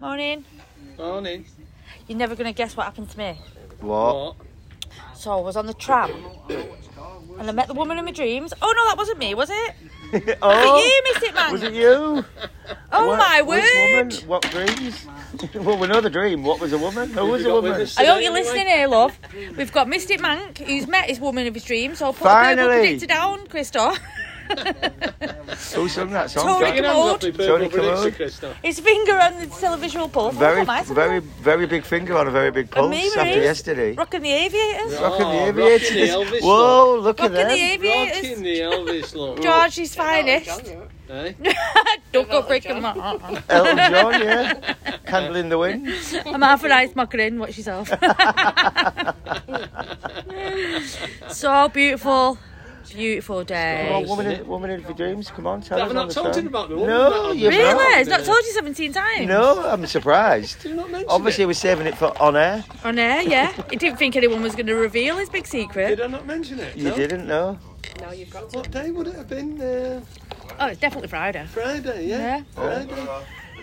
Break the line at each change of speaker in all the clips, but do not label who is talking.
Morning.
Morning.
You're never going to guess what happened to me.
What?
So I was on the tram and I met the woman of my dreams. Oh no, that wasn't me, was it?
oh,
You missed it, man.
was it you?
Oh
What-
my
which
word.
Woman? What dreams? well, we know the dream. What was a woman? Who was
you
a
got with
woman?
us?
I hope you're
Anyway.
listening here, love. We've got Mystic Mank, who's met his woman of his dreams. So put the verbal
Finally.
predictor down, Christoph.
Who sung that song?
Tony
Jack?
Your hands off me,
Commode.
Burble
Tony
Predictor,
Commode.
Christoph.
His finger on the televisual pole.
Very,
Oh, nice.
very, very big finger on a very big
And
pulse
me,
after
Maurice,
yesterday.
Rocking the aviators.
Yeah.
Rocking
Oh, rocking
the
the
aviators.
Elvis
Whoa, look at
Rocking the
them.
aviators.
Rocking the Elvis look.
George is finest.
eh?
Don't go breaking my heart.
Elton John, yeah. Candle in the wind.
I'm half an ice muckering. Watch yourself. so beautiful. Beautiful
Come on,
day.
woman in, woman in your dreams. Come on, tell
Have
us.
I
on
not
the
told you
phone.
about me?
No, you've
Really? It's not told you 17 times.
No, I'm surprised.
Do you not mention
Obviously,
it?
we're saving it for on air.
On air, yeah. He didn't think anyone was going to reveal his big
Did
secret.
I not mention it?
You
no?
didn't know.
What day would it have been? Uh,
Oh, it's definitely Friday.
Friday, yeah?
Yeah.
Friday.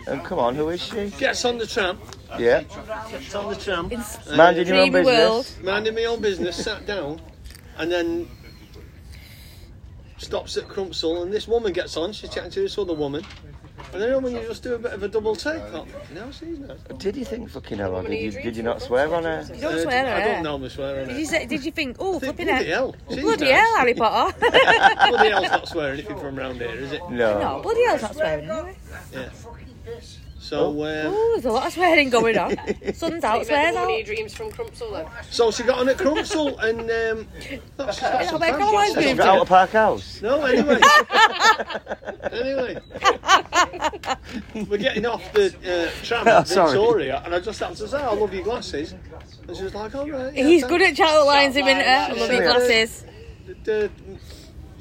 And come on, who is she?
Gets on the tram.
Yeah.
Gets on the tram.
It's
Minding your own
dreamy
business.
world.
Minding my own business, sat down, and then stops at Crumpsall, and this woman gets on. She's chatting to this other woman. And then when you just do a bit of a double take, oh, now she's not.
Did you think fucking hell? Or did you did you not swear on her?
You don't swear,
Uh, I
eh?
don't normally swear on
Did
it.
you, say, did you think, oh,
Think,
flipping
bloody
hell?
hell. she's
Bloody
nice.
hell, Harry Potter.
Bloody hell's not swearing anything from round here, is it?
no,
No.
bloody hell's not swearing anyway.
So, uh,
Oh, there's a lot of swearing going on. Sun's out, Oh, swears out.
Any dreams from Crumpsall then?
so she got on at Crumpsall and um, thought she's got some
but
fans.
go on,
She's
Is
Did
it
you?
got-
Out of Park House.
No, anyway. anyway. We're getting off the uh, tram at
Sorry.
Victoria, and I just happened to say, I love your glasses. And she was like, all right. yeah,
He's
thank-
good at chat lines, him, isn't he? I love your
Yeah.
glasses.
the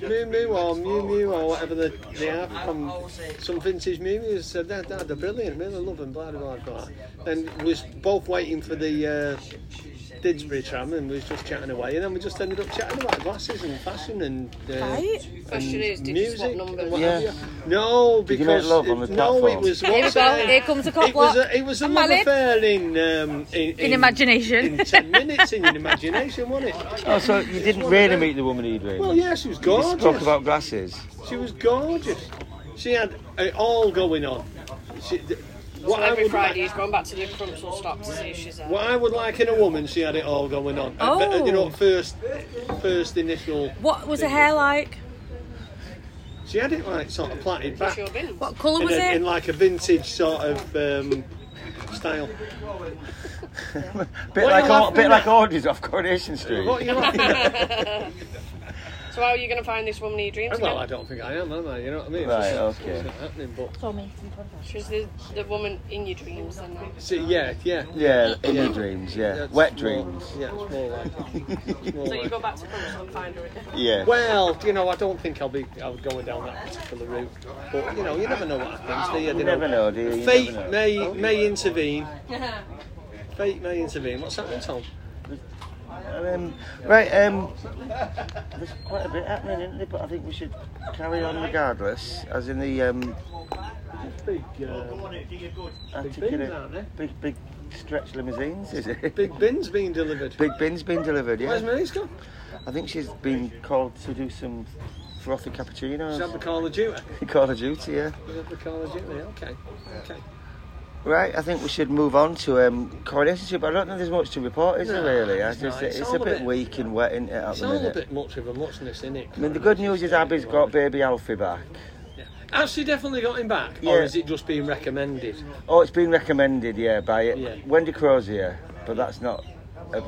Moo Moo or Mew Mew or whatever they, they are from some vintage Mew Mews said that they're brilliant, really love them, blah blah blah. Then we was both waiting for the uh, Didsbury tram and we was just chatting away and then we just ended up chatting about glasses and fashion and uh,
Right?
Question is, did you
music
swap
and what
numbers?
have
Yeah.
you. No,
you make
because
love on
it-
the
no, it
platform?
was
Here we
what's
go.
it-
Here comes the
It was
cock
a, it was a
I'm
love
valid.
affair in, um, in,
In imagination.
in ten minutes in your imagination, wasn't it?
Oh, so you didn't really meet the woman you dreamed.
Well, yeah, she was
You
gorgeous.
just spoke about glasses.
She was gorgeous. She had it all going on. She, th- what, I
Every
would
Friday
like,
he's going back to the Crumpsall stop to see if she's there.
what I would like in a woman, she had it all going on. Uh, but, uh, You know, first, first initial.
What was the hair like?
She had it like sort of plaited back
Sure
in,
been.
What colour was
a, in
it?
like a vintage sort of um, style.
Bit
What are
like
you
Au-
laughing
bit
at?
like Audrey's off Coronation Street.
What are you like?
So how are you going to find this woman in your dreams
well, I
again?
don't think I am, am I? You know what I mean?
Right,
It's just-
okay.
it's not happening, but
She's the, the woman in your dreams then. Like.
see, yeah, yeah.
Yeah, in your
Yeah.
dreams. Yeah,
That's
wet
more-
dreams.
Yeah, it's more like. it's more
So
like-
you go back to Crumpsall and find her again.
Yeah.
Well, you know, I don't think I'll be I'll be going down that particular route. But you know, you never know what happens. Do you?
You never know, do you? You
Fate
never know.
may may intervene. Fate may intervene. What's happening, Tom?
Um, right, um, there's quite a bit happening, isn't there? But I think we should carry on regardless, as in the um,
Big, uh, bins,
articulate,
aren't they?
big, big stretch limousines, is it?
Big bins being delivered.
Big bin's been delivered,
Where's
yeah.
Mary's gone?
I think she's been called to do some frothy
She's had
cappuccinos.
the Call of Duty.
Call of Duty, yeah.
She's had the Call of Duty. Okay. Okay.
Right, I think we should move on to um, Coronation Street, but I don't think there's much to report, is there
No,
really? I
it's
just,
not. It's
it's,
all
a
a
bit
bit-
weak and wet, isn't it, at
It's
the
all a
minute?
bit much of a muchness, isn't it?
I mean, the good news is Abby's got baby Alfie back.
Has she definitely got him back, or
Yeah.
is it just being recommended?
Oh, it's been recommended, yeah, by
Yeah.
Wendy Crozier, but that's not. A,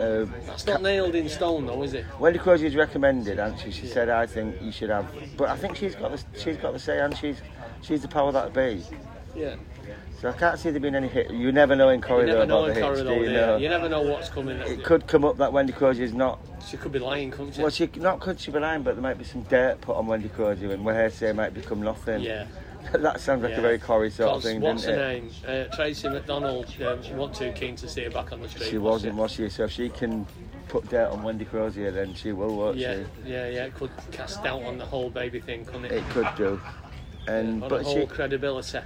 a,
That's not nailed in stone, though, is it?
Wendy Crozier's recommended, and she, she said, "I think you should have." But I think she's got the she's got the say, and she's she's the power that be.
Yeah.
So I can't see there being any hit. You never know in
You
corridor
never know
about
in
the hits,
corridor.
do you
yeah.
know?
You never know what's coming.
It could come up that Wendy Crozier's not.
She could be lying, couldn't she?
Well, she not could she be lying, but there might be some dirt put on Wendy Crozier, and her say might become nothing.
Yeah.
that sounds like
Yeah.
a very Corrie sort of
Because
thing,
what's
doesn't
her
it?
name? Uh, Tracy McDonald. Um, she wasn't too keen to see her back on the street.
She wasn't, was she? So if she can put dirt on Wendy Crozier, then she will, won't
Yeah,
she?
yeah, yeah. It could cast doubt on the whole baby thing, couldn't it?
It could do. And
on the
but
whole
she,
credibility.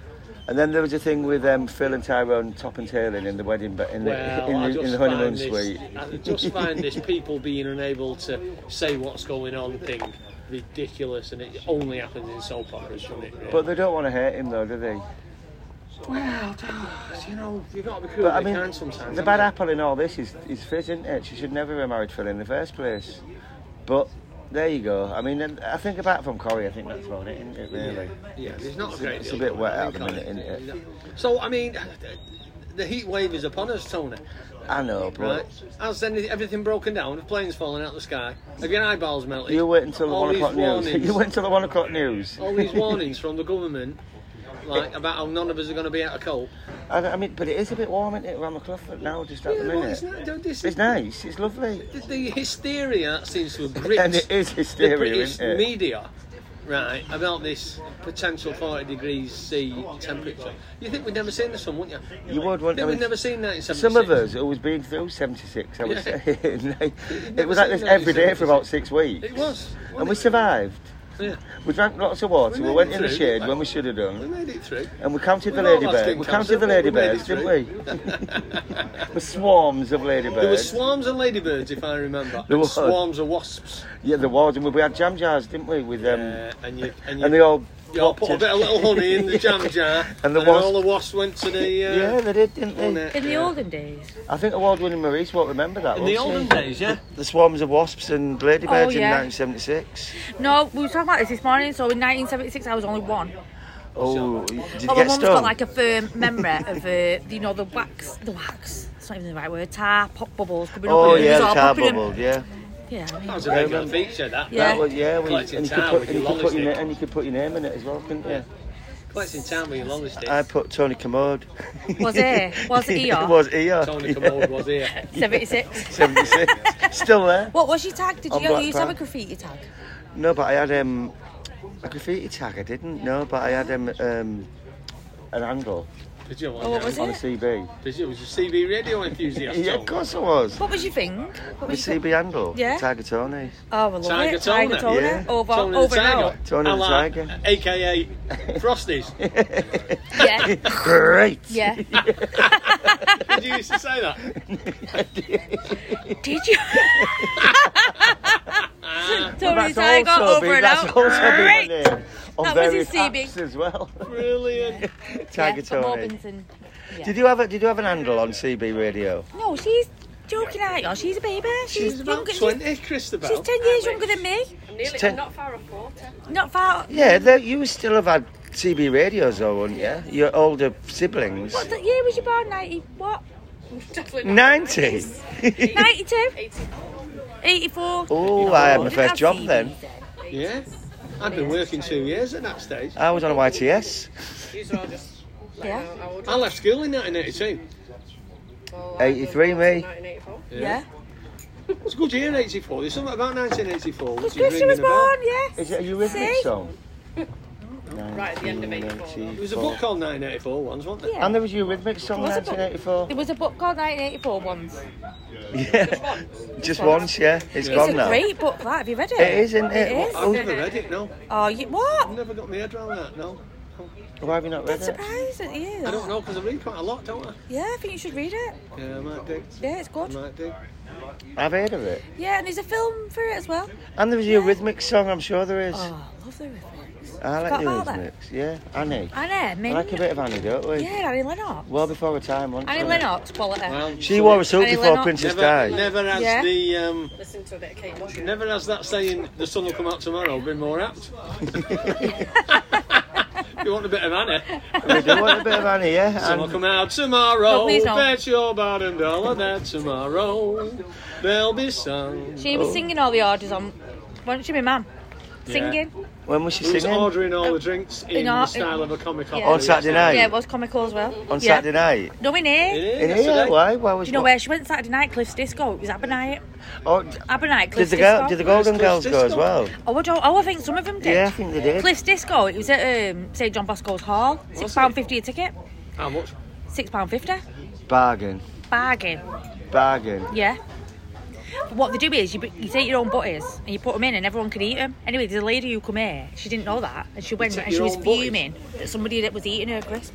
And then there was a thing with um, Phil and Tyrone top and tailing in the wedding, but in the
Well,
in
I
the,
just
in the honeymoon
find this,
suite.
I just find this people being unable to say what's going on thing ridiculous, and it only happens in soap operas, doesn't it? really?
But they don't want to hurt him though, do they?
well, don't- you know, you've got to be cool.
But
But,
I mean,
can sometimes.
the
haven't
bad
you?
apple in all this is is Fizz, isn't it? She should never have married Phil in the first place. But there you go. I mean, and I think apart from Corey, I think that's about it, isn't it? Really.
Yeah, there's not a
It's a-
great
it's
deal
a bit
going
wet
on,
at the
can't
minute,
it?
isn't
So, I mean, the heat wave is upon us, Tony.
I know,
Right?
but
Has anything, everything broken down? The planes falling out of the sky? Have your eyeballs melted?
you wait until the
All
one
these
o'clock news.
warnings-
You wait until the one o'clock news.
all these warnings from the government, like about how none of us are going to be able to cope.
I, I mean, but it is a bit warm, isn't it, around McLaughlin now, just at the
Yeah,
minute?
well, it's not- don't- this-
It's nice. It's lovely.
The, the hysteria that seems to have gripped
And it is hysteria,
the British
isn't it?
media, right, about this potential 40 degrees C temperature. You think we'd never seen this one, wouldn't you?
You would, wouldn't
Think
you? I mean,
we'd never seen 1976.
Some of us always been through 76, I would
Yeah.
say. it
never
was like
seen
this every day
1976.
for about six weeks.
It was.
And we survived.
Yeah.
We drank lots of water,
We
we,
made
went
it
in the
through,
shade
like-
when we should have
We
done.
made it through.
And we counted the
We've all had
ladybirds.
skin
We
cancer, but
counted the
we made
ladybirds,
it through.
didn't we? The swarms of ladybirds.
There were swarms of ladybirds, if I remember.
There
and
was.
swarms of wasps.
yeah, there was. And we had jam jars, didn't we? With um,
Uh, and you, and you,
And they all
you all put
popped
a
it.
bit of little honey in the jam jar,
And
and,
the
then
wasp-
all the wasps went to the. Uh,
yeah, they did, didn't they?
on it.
In the olden days.
I think award-winning Maurice won't remember that.
In the
won't she?
olden days, yeah.
The swarms of wasps and ladybirds
Oh, yeah.
in 1976.
No, we were talking about this this morning. So in 1976, I was only one.
Oh, did
But
you
my
get
mum's
stung? Oh,
got like a firm memory of uh, you know the wax, the wax. It's not even the right word. Tar pop bubbles coming
oh
up. and it
yeah,
was
the
all
tar
popping in-
bubble. Yeah.
Yeah. I mean,
That was a regular feature, that.
Yeah.
That was, yeah. When
Collecting
you, and you could
tar
put,
with your
and you could put your
lolly
na- and you could put your name in it as well, couldn't you?
Collecting time with your lolly stick.
I put Tony Commode.
Was he? Was he or?
it was ER.
Tony Commode was here.
76.
76. Still there.
What was your tag? Did
On
you, you
Black
used to have a
Friday.
graffiti tag?
No, but I had um, a graffiti tag. I didn't. No, but I had um, um, an angle
Did you?
Oh, what was
on a
it?
CB.
Did you? Was your CB radio enthusiast?
Yeah,
Tom?
of course I was.
What was your thing? What
The
was your
CB handle.
Yeah.
Tiger Tony.
Oh, I love
Tiger
it. Tiger
Toner.
Toner.
Yeah.
Over,
Tony the
over and
Tiger.
out.
Tony the
a la-
Tiger.
AKA Frosties.
Yeah.
Great.
Yeah.
Did you used to say that?
Did you? Tony
That's
Tiger
also
over
been,
and
that's
out.
also
Great.
been a name on
That was his
various
CB.
apps as well.
Brilliant.
Tiger
yeah,
eh? Tony.
Robinson.
Did you have a, Did you have an handle on CB radio?
No, she's joking at you. She's a baby. She's,
She's about
younger.
20,
She's, she's
Christabel.
10 years younger than me.
I'm nearly,
ten-
I'm not far off 40.
Not far.
Yeah, there, you still have had CB radios though, wouldn't you? Your older siblings.
What the year was you born? 90, what?
Definitely not
90.
92?
80.
84?
oh, I had my
Didn't
first
have
job
CBs
then.
Yeah. I'd been working two years at that stage.
I was on a YTS.
These are all just.
Yeah.
I would.
I left school in 1982.
well,
83 me.
I'd go to 1984.
Yeah.
It was a good year, 84. There's something about 1984 which
Because
is
Christian
ringing
was
a bell.
born, yes.
Is it a Eurythmics
See?
song?
Right at the end of 84.
There was a book called 1984 once, wasn't there?
Yeah.
And there was Eurythmics song in
Was a book-
1984.
There was a book called 1984 once.
Yeah, just once. Yeah,
It's
it's gone
a
now. It
great book, that. Have you read it?
is, isn't it?
It is.
I've never read it, no.
Oh, you,
I've
what?
never got my head around that, no.
Why have you not read
That's
it?
surprising at you.
I don't know, because I read quite a lot, don't I?
Yeah, I think you should read it.
Yeah, I might do.
Yeah, it's
I
good.
might do.
I've heard of it.
Yeah, and there's a film for it as well.
And there was a Eurythmics song. I'm sure there is.
Oh, I love the rhythm.
I like
Forgot about
the
that.
Eurythmics. Yeah, Annie.
Anna,
I
Min.
like a bit of Annie, don't we?
Yeah, Annie Lennox.
Well before her time, wasn't
Annie
she?
Lennox, quality.
Well,
She wore a suit
Annie
before
Lennox.
Princess
never,
died.
never has
Yeah.
the um,
Listen to a bit of Kate Bush.
never has that saying the sun will come out tomorrow been more apt. you want a bit of Anna?
we do want a bit of Annie, yeah.
Sun will
And
come out tomorrow.
No, please don't.
Bet your bottom dollar that tomorrow there'll be sun.
She was singing all the orders on. Wasn't she, my mum? Singing.
when was she
Who's
singing?
ordering all the drinks in,
Oh, In
the
our-
style of a comic opera?
On
yes.
Saturday night.
Yeah,
Hey.
it was comical as well.
On
yeah.
Saturday night.
No, in here.
It is,
In
yesterday.
here? Why? Why was
Do you know
what-
where she went Saturday night? Cliff's Disco. It was Abernight.
Oh,
Abernight,
did
Cliff's
the
Disco.
girl, did the Golden
Where's
Girls
Cliff's
go as
Disco?
well?
Oh, I, don't, oh, I think some of them did.
Yeah, I think they did.
Cliff's Disco. It was at um, St John Bosco's Hall. Six pound fifty a ticket.
How much?
Six pound fifty.
Bargain,
Bargain.
bargain.
Yeah. But what they do is you, you take your own butties and you put them in and everyone can eat them. Anyway, there's a lady who come here. She didn't know that and she went
take
and she
your
was
own butties?
fuming that somebody that was eating her crisp.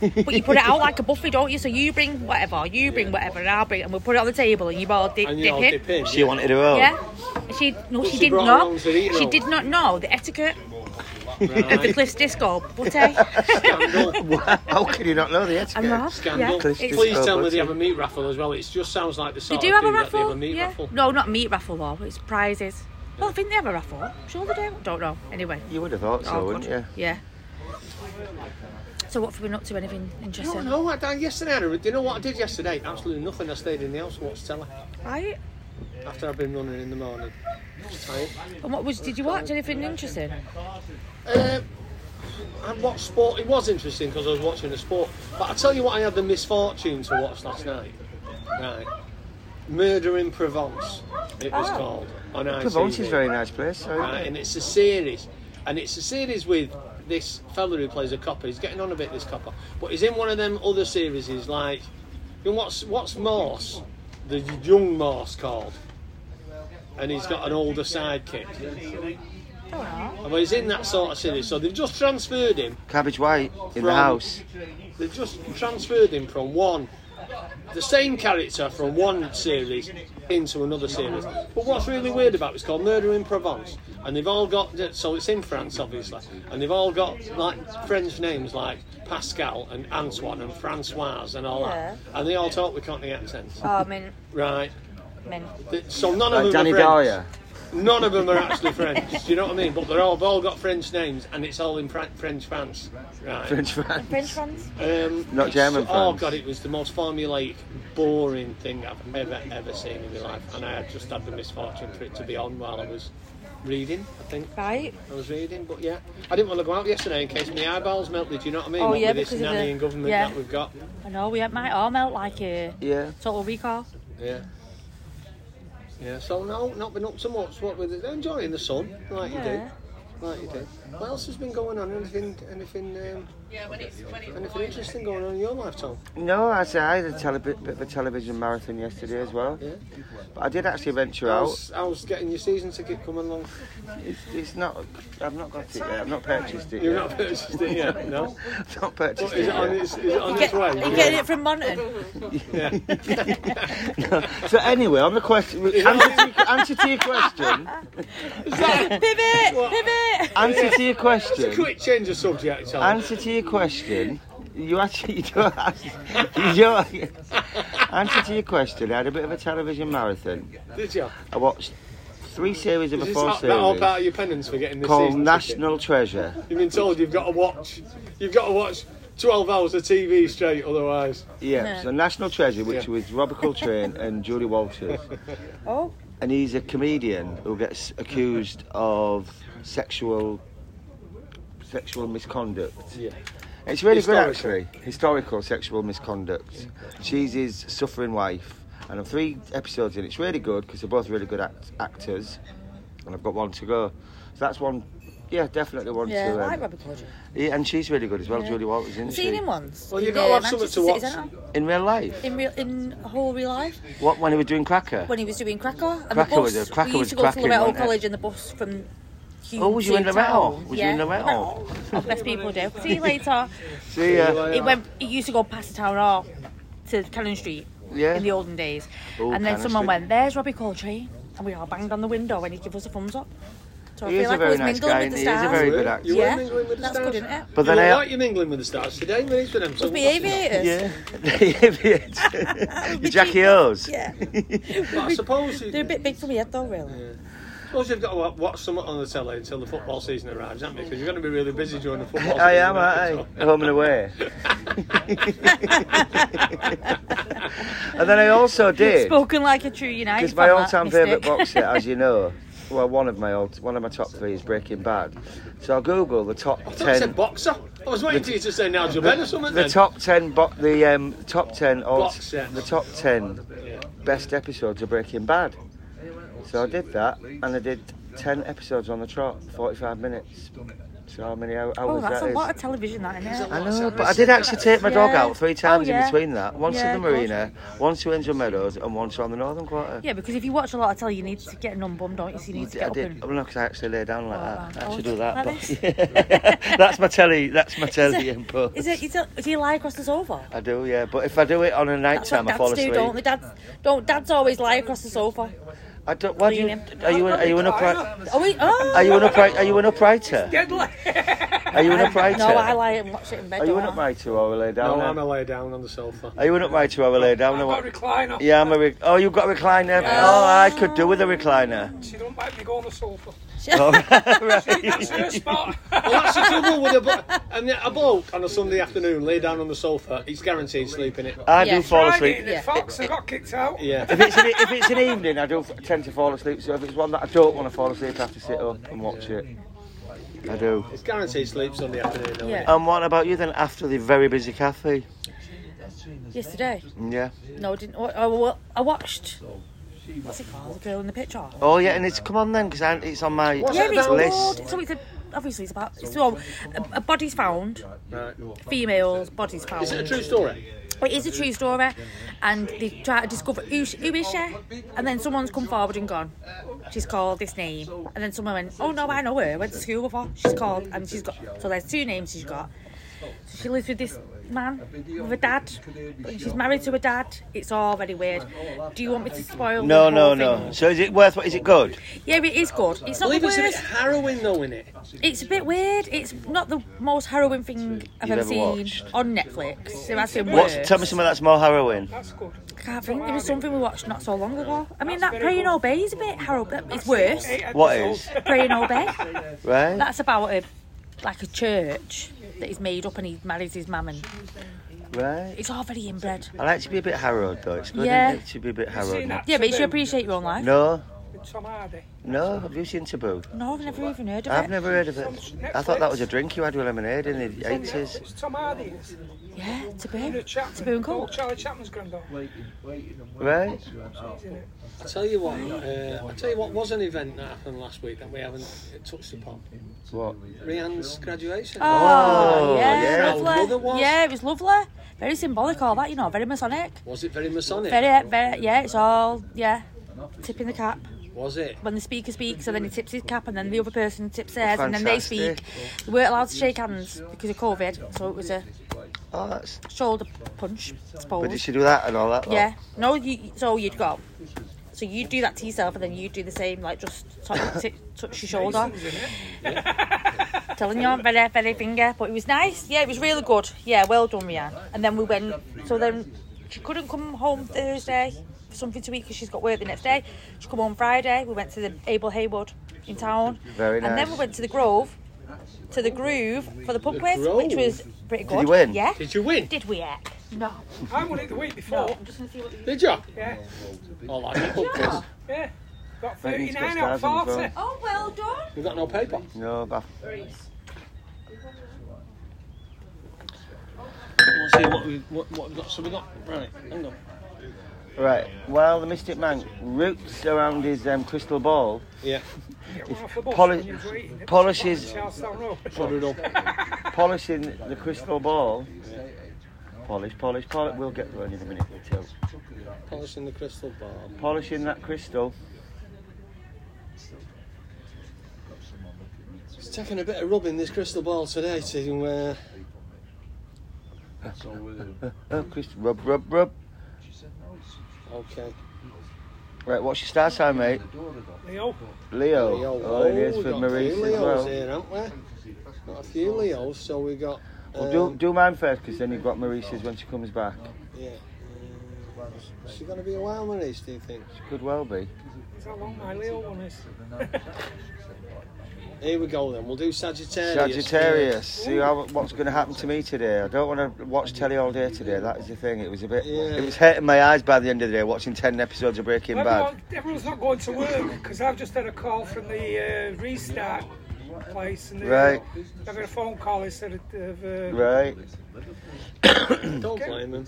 But you put it out like a buffet, don't you? So you bring whatever, you bring whatever, and I'll bring it, and we'll put it on the table, and you all dip,
And
dip
you all
it.
dip in.
She wanted her own.
Yeah. And She no, she,
she
did
brought her
not.
own Torino.
She did not know the etiquette of the
Right.
Cliffs Disco eh, butte.
Scandal.
How could you not know the etiquette?
I'm not.
Scandal.
Yeah.
Cliffs
It's-
Please
Oh,
tell me
but-
they have a meat raffle as well. It just sounds like the
They
sort
do
of
have a
thing that they
raffle.
have a meat
yeah.
raffle.
No, not meat raffle though. It's prizes. Well, I think they have a raffle. I'm sure they do. Don't know. Anyway.
You would have thought so,
Oh,
wouldn't
God.
you?
Yeah. So what have we been up to? Anything
I don't
interesting?
know. I, I, yesterday, I, do you know what I did yesterday? Absolutely nothing. I stayed in the house and watched telly
Right.
after I've been running in the morning. Just tired.
And what was? Did you watch anything interesting?
Uh, I watched sport. It was interesting because I was watching the sport. But I tell you what, I had the misfortune to watch last night. Right, Murder in Provence. It was
Oh.
called on
Ah. Provence is
ITV.
a very nice place. So,
Right, and it's a series, and it's a series with this fella who plays a copper. He's getting on a bit, this copper, but he's in one of them other series. like, you know, what's what's Morse, the young Morse called, and he's got an older sidekick. And he's in that sort of series, so they've just transferred him.
Cabbage White in the
From-
house.
They've just transferred him from one, the same character from one series into another series. But what's really weird about it is called Murder in Provence, and they've all got so it's in France obviously, and they've all got like French names like Pascal and Antoine and Francoise and all that, and they all talk with Cockney accents,
Oh, I mean,
right?
I mean,
Th- So none of them
Like Danny
are French.
Dyer.
None of them are actually French. Do you know what I mean? But they're all, they've all got French names, and it's all in Fra- French France, right?
French fan.
French fans.
Um,
Not
it's-
German
Oh
fans.
god, it was the most formulaic, boring thing I've ever ever seen in my life, and I had just had the misfortune for it to be on while I was reading. I think
Right.
I was reading, but yeah, I didn't want to go out yesterday in case my eyeballs melted. Do you know what I mean?
Oh,
What
yeah,
with this
because of
nanny
the-
and government
yeah.
that we've got.
I know we had my arm out like a
Yeah.
total recall.
Yeah. Yeah, so no, not been up to much. What with it? Enjoying the sun, like you
Yeah.
do, like you do. What else has been going on? Anything, anything, um,
Yeah, when it's when it's
anything interesting going on in your life, Tom?
No, I say I had a tele- bit of a television marathon yesterday as well.
Yeah.
But I did actually venture out.
How's, how's getting your season ticket coming along?
It's, it's not. I've not got it yet. I've not purchased it
You've
yet.
not purchased it yet, no?
I've not purchased
Is
it
it on
yet.
its, is it on its way?
Are you getting it from Monton?
So anyway, on the question, answer to, your- answer to your question.
pivot, pivot.
Answer to your question.
Quick change of subject, Tom.
Answer to your question. You actually you don't. ask- You don't answer to your question. I had a bit of a television marathon.
Did you?
I watched three series of
Is
a
this
four
that, that all
series
part of your penance for getting this
called
season
National Treasure.
ticket? You've been told you've got to watch. You've got to watch 12 hours of TV straight, otherwise.
Yeah, so National Treasure, which
Yeah.
was Robert Coltrane and Julie Walters.
Oh,
and he's a comedian who gets accused of sexual sexual misconduct.
Yeah.
It's really
Historical.
good actually. Historical sexual misconduct. She's his suffering wife, and I'm three episodes in. It's really good because they're both really good act- actors, and I've got one to go. So that's one. Yeah, definitely one
yeah, I
to.
like
Um,
Robbie Cordry.
yeah, and she's really good as well, Julie Walters, isn't
Seen
she?
him once.
Well, you've
in,
got to
uh,
have something to
Manchester
watch.
City Centre.
In real life,
In real, in whole real life,
what when he was doing Cracker?
when he was doing Cracker, and the
Cracker
bus,
was a- Cracker
we used
was
to go to
cracking,
Loretto
wasn't it?
College in the bus from. Hume
Oh, was you
to
in Loretto?
town.
Was you in
Yeah,
Loretto?
Loretto. Best people do. See you later.
See ya.
It went. It used to go past the town hall to Cannon Street
Yeah.
in the olden days,
Oh,
and then
Cannon
someone
Street.
went, "There's Robbie Coltrane," and we all banged on the window, and he gave us a thumbs up. So I
He
feel
is a
like I
very
was
nice
mingling
guy.
with
and
the
He is a
stars.
very good
Yeah.
actor.
You
yeah,
were mingling with the
that's
stars.
good, isn't it?
But then
you
I,
look like you're mingling with the stars today, mate. It's been them.
Must be aviators.
Yeah, the aviator. Jackie O's.
Yeah.
But I suppose you,
They're a bit big for me head though, really.
I suppose you've got to wa- watch something on the telly until the football season arrives, haven't you? Because you're going to be really busy during the football season.
I am,
aren't
I
you,
home and away. and then I also did
Spoken like a true United
because my
fan, that
all-time
mystic.
favourite boxer, as you know, well, one of my old, one of my top three is Breaking Bad. So I Google the top
Tom? I said
ten,
boxer. I was waiting for you to say Nigel Benn or something.
the
then.
top ten, bo- the um, top ten, all,
Box set.
the top ten best episodes of Breaking Bad. So I did that, and I did ten episodes on the trot, forty-five minutes. So how many hou- hours
Oh, that's
that
a
is?
lot of television, that, isn't it?
I know, but I did actually take my dog
Yeah. Oh,
out three times
yeah.
in between that. Once
Yeah,
at
of
the
course.
marina, once to Windsor Meadows, and once on the Northern Quarter.
Yeah, because if you watch a lot of telly, you need to get numb, don't you? So you need to
I
get up
did.
and...
Well, no, 'cause I actually lay down like
Oh,
that. I
wow.
actually
Oh,
do that.
like
But that's my telly. That's my
Is
telly
it-
input.
Is it, is it, do you lie across the sofa?
I do, yeah. But if I do it on a night
That's what
time, I fall
dads do,
asleep.
don't they? Dads, don't, dads always lie across the sofa.
I don't. Why do you?
Leaning.
Are you? Are you an upright?
Oh, we, oh.
Are you an upright? Are you an uprighter? Are you an uprighter?
No, I lie and watch it in bed.
Are you
don't
an
I?
uprighter or a lay down?
No, I'm a
then?
lay down on the sofa.
Are you an uprighter or a lay down?
I've
then?
got a recliner.
Yeah, I'm a. Re- oh, you've got a recliner. Oh, I could do with a recliner.
She don't make me go on the sofa.
Oh, right.
That's her spot.
Well, that's the trouble with a bloke. And yet a bloke on a Sunday afternoon lay down on the sofa, he's guaranteed sleeping it.
I
Yeah.
do fall asleep.
Friday, the
Yeah.
fox, I got kicked out.
Yeah.
If it's, an, e, if it's an evening, I do f- tend to fall asleep. So if it's one that I don't want to fall asleep, I have to sit up and watch it. I do.
It's guaranteed sleep Sunday afternoon, don't
Yeah.
And what about you then? After the very busy cafe,
Yesterday?
yeah.
No, I didn't. wa- I, wa- I watched... What's it called? The girl in the picture.
Oh yeah, and it's come on then because it's on my
What's
Yeah,
it
it's
about?
called.
list.
So it's a, obviously it's about so a, a body's found,
you? Right.
female's body's found.
Is it a true story?
It is a true story, and they try to discover who, sh- who is she, and then someone's come forward and gone. She's called this name, and then someone went, "Oh no, I know her. Went to school with her. She's called, and she's got." So there's two names she's got. So she lives with this man, with a dad. and She's married to a dad. It's all very weird. Do you want me to spoil?
No,
the
no,
whole
no.
thing?
So is it worth? Is it good?
Yeah, it is good. It's
I
not
believe
the
it's a
worst.
bit harrowing, though, is it?
It's a bit weird. It's not the most harrowing thing I've
You've
ever
ever
seen
watched?
on Netflix. There has been
What's,
worse.
tell me something that's more harrowing.
That's good.
I can't think. There was something we watched not so long ago. I mean, that Praying Obey is a bit harrowing. It's worse.
Eight episodes.
What is
Praying Obey.
right?
That's about a like a church that he's made up and he marries his mum and
Right.
it's all very inbred.
I like to be a bit harrowed though. It's good.
Yeah.
Isn't it? To be a bit
Seen
harrowed.
that
Yeah, but you should
Taboo
appreciate your own life.
No,
with Tom Hardy.
no. Have you seen Taboo?
No, I've never even heard
I've
of it.
never heard of it. I thought that was a drink you had with lemonade in the eighties.
It's Tom Hardy. It's
Yeah, it's a
Una
bit.
Chapman.
It's a boon call.
Oh, Charlie Chapman's granddaughter.
Right.
She's in it.
I tell you what, uh, I tell you what was an event that happened last week that we haven't touched upon.
What?
Rihanna's graduation.
Oh, yeah,
yeah.
How good it
lovely.
was.
Yeah, it was lovely. Very symbolic, all that, you know, very Masonic.
Was it very Masonic?
Very, very, yeah, it's all, yeah, tipping the cap.
Was it?
when the speaker speaks, and then he tips his cap, and then the other person tips theirs, and then they speak.
Mm-hmm. Fantastic.
We weren't allowed to shake hands because of COVID, so it was a
Oh, that's.
shoulder punch, I suppose.
But did she do that and all that? though?
yeah. No, you, so you'd go. So you do that to yourself, and then you do the same, like just touch, t- touch your shoulder. Telling you, I'm very, very finger. But it was nice. Yeah, it was really good. Yeah, well done, Rianne. And then we went. So then she couldn't come home Thursday for something to eat because she's got work the next day. She come home Friday. We went to the Abel Haywood in town.
Very
And then
nice.
we went to the Grove, to the Groove for the pub quiz,
Grove?
which was pretty good.
you win?
Yeah.
Did you win?
Did we? Heck? No.
I won it the week before.
I'm just gonna see what the
Did you?
Yeah,
Oh, like you fuckers.
yeah. Got
Right, he's got
39 out of
stars on the
40.
Oh, well done.
We've got no paper.
No, but
Let's see what we've, what, what we've got. So we got, right, hang on.
Right. While the Mystic Man roots around his um, crystal ball,
Yeah,
Get one off the bus
poli-
when you was eating it.
polishes
Charlestown Road.
put it up.
polishing the crystal ball. Polish, polish, polish. We'll get there in a minute or two.
Polishing the crystal bar.
Polishing that crystal.
It's taking a bit of rubbing this crystal ball today to, uh,
Oh, crystal. Rub, rub, rub.
okay.
Right. What's your star sign, mate?
Leo,
Leo.
Leo.
Oh, it is
we've
for
got a few
Maurice as
Leos
well.
here, haven't we? Got a few Leos, so we got.
Well, Oh, do
um,
do mine first, because then you've got Maurice's when she comes back.
Yeah. Um, Is she going to be a while, Maurice, do you think?
Could well be.
that's how long my Leo one is.
Here we go then. We'll do Sagittarius.
Sagittarius. See how, what's going to happen to me today. I don't want to watch telly all day today. That is the thing. It was a bit.
Yeah.
It was hurting my eyes by the end of the day watching ten episodes of Breaking Bad.
Everyone, everyone's not going to work because I've just had a call from the uh, restart place, and they
Right.
they had a phone call instead of. of uh,
Right.
Don't blame them.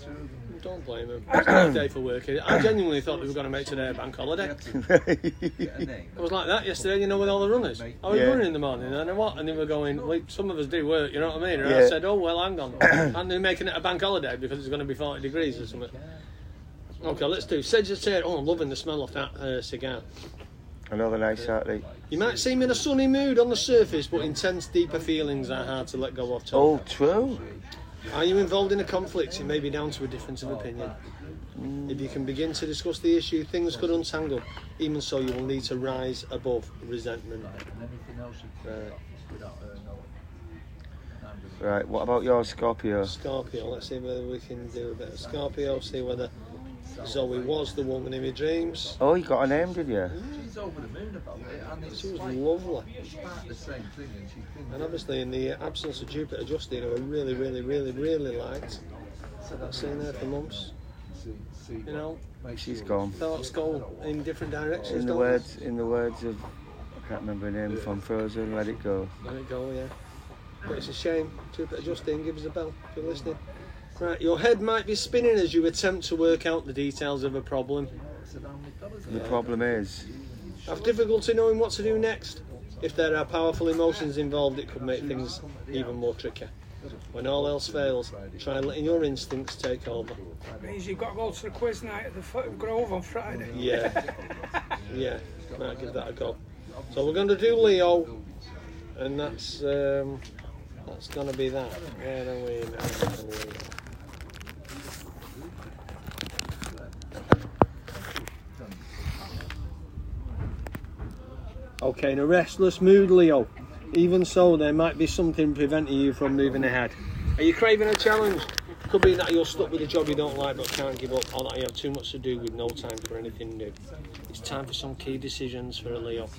Don't blame them. It's not a day for work. I genuinely thought we were going to make today a bank holiday. It was like that yesterday, you know, with all the runners. I was
Yeah.
running in the morning, and I what? And they were going, well, some of us do work, you know what I mean? And I
Yeah.
said, oh, well, hang on. and they're making it a bank holiday because it's going to be 40 degrees or something. Okay, let's do. Sagittarius. Oh, I'm loving the smell of that uh, cigar.
Another nice Saturday.
You might seem in a sunny mood on the surface, but intense, deeper feelings are hard to let go of. Tom.
Oh, true.
Are you involved in a conflict? It may be down to a difference of opinion. If you can begin to discuss the issue, things could untangle. Even so, you will need to rise above resentment.
Right. What about your Scorpio?
Scorpio, let's see whether we can do a bit of Scorpio, see whether Zoe was the woman in my dreams.
Oh, you got a name, did you?
She's over the moon about it, and it's
She was
like
lovely.
about the same thing, and she thinks
And obviously, in the absence of Jupiter, Justina, who I really, really, really, really liked. I've seen her for months.
see, see
You know,
She's gone.
thoughts go in different directions.
In the
don't
words, in the words of, I can't remember her name from Frozen. Let it go.
they? Let it go, yeah. But it's a shame. Jupiter, Justin, give us a bell if you're listening. Right, your head might be spinning as you attempt to work out the details of a problem.
The problem is,
Have difficulty knowing what to do next. If there are powerful emotions involved, it could make things even more tricky. When all else fails, try letting your instincts take over.
means you've got to go to the quiz night at the Foot Grove on Friday.
Yeah, yeah, might give that a go. So we're going to do Leo, and that's um, that's going to be that. Where are we now for Leo? Okay, in a restless mood, Leo. Even so, there might be something preventing you from moving ahead. Are you craving a challenge? Could be that you're stuck with a job you don't like but can't give up, or that you have too much to do with no time for anything new. It's time for some key decisions for a Leo.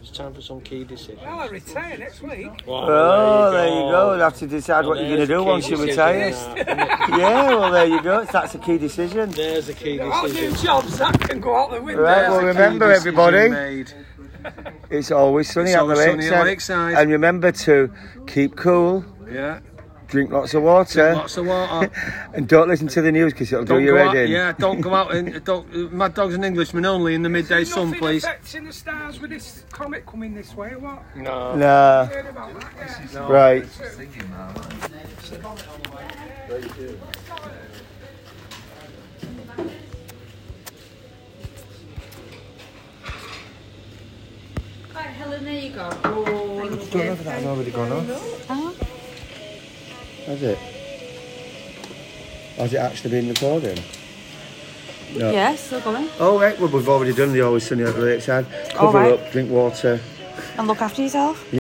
It's time for some key decisions.
Well, I retire next week.
Wow,
oh, there you go. You'll have to decide
Now
what you're going to
there's a
do
key
once you
decision
retire.
there.
yeah, well, there you go. That's a key decision.
There's a key
All new
decision.
jobs that can go out the window.
Right, well, remember, everybody, it's always sunny
It's
on the
always sunny at
lakeside.
Lakeside.
And remember to keep cool,
Yeah,
drink lots of water,
lots of water.
and don't listen to the news because it'll do
Don't
your
go
head
out,
in.
yeah, don't go out and don't. My dog's an Englishman only in the midday sun,
Nothing
please.
affecting the stars with this comet coming this way. What?
No,
Nah,
Heard about that? Yeah.
right.
singing now, aren't they?
Right, Helen, there you go.
don't know if that's already gone on. Has it? Has it actually been recording?
Yeah, still going.
Oh, right, well, we've already done the Always Sunny at the Lakeside. Cover
All right.
up, drink water.
And look after yourself.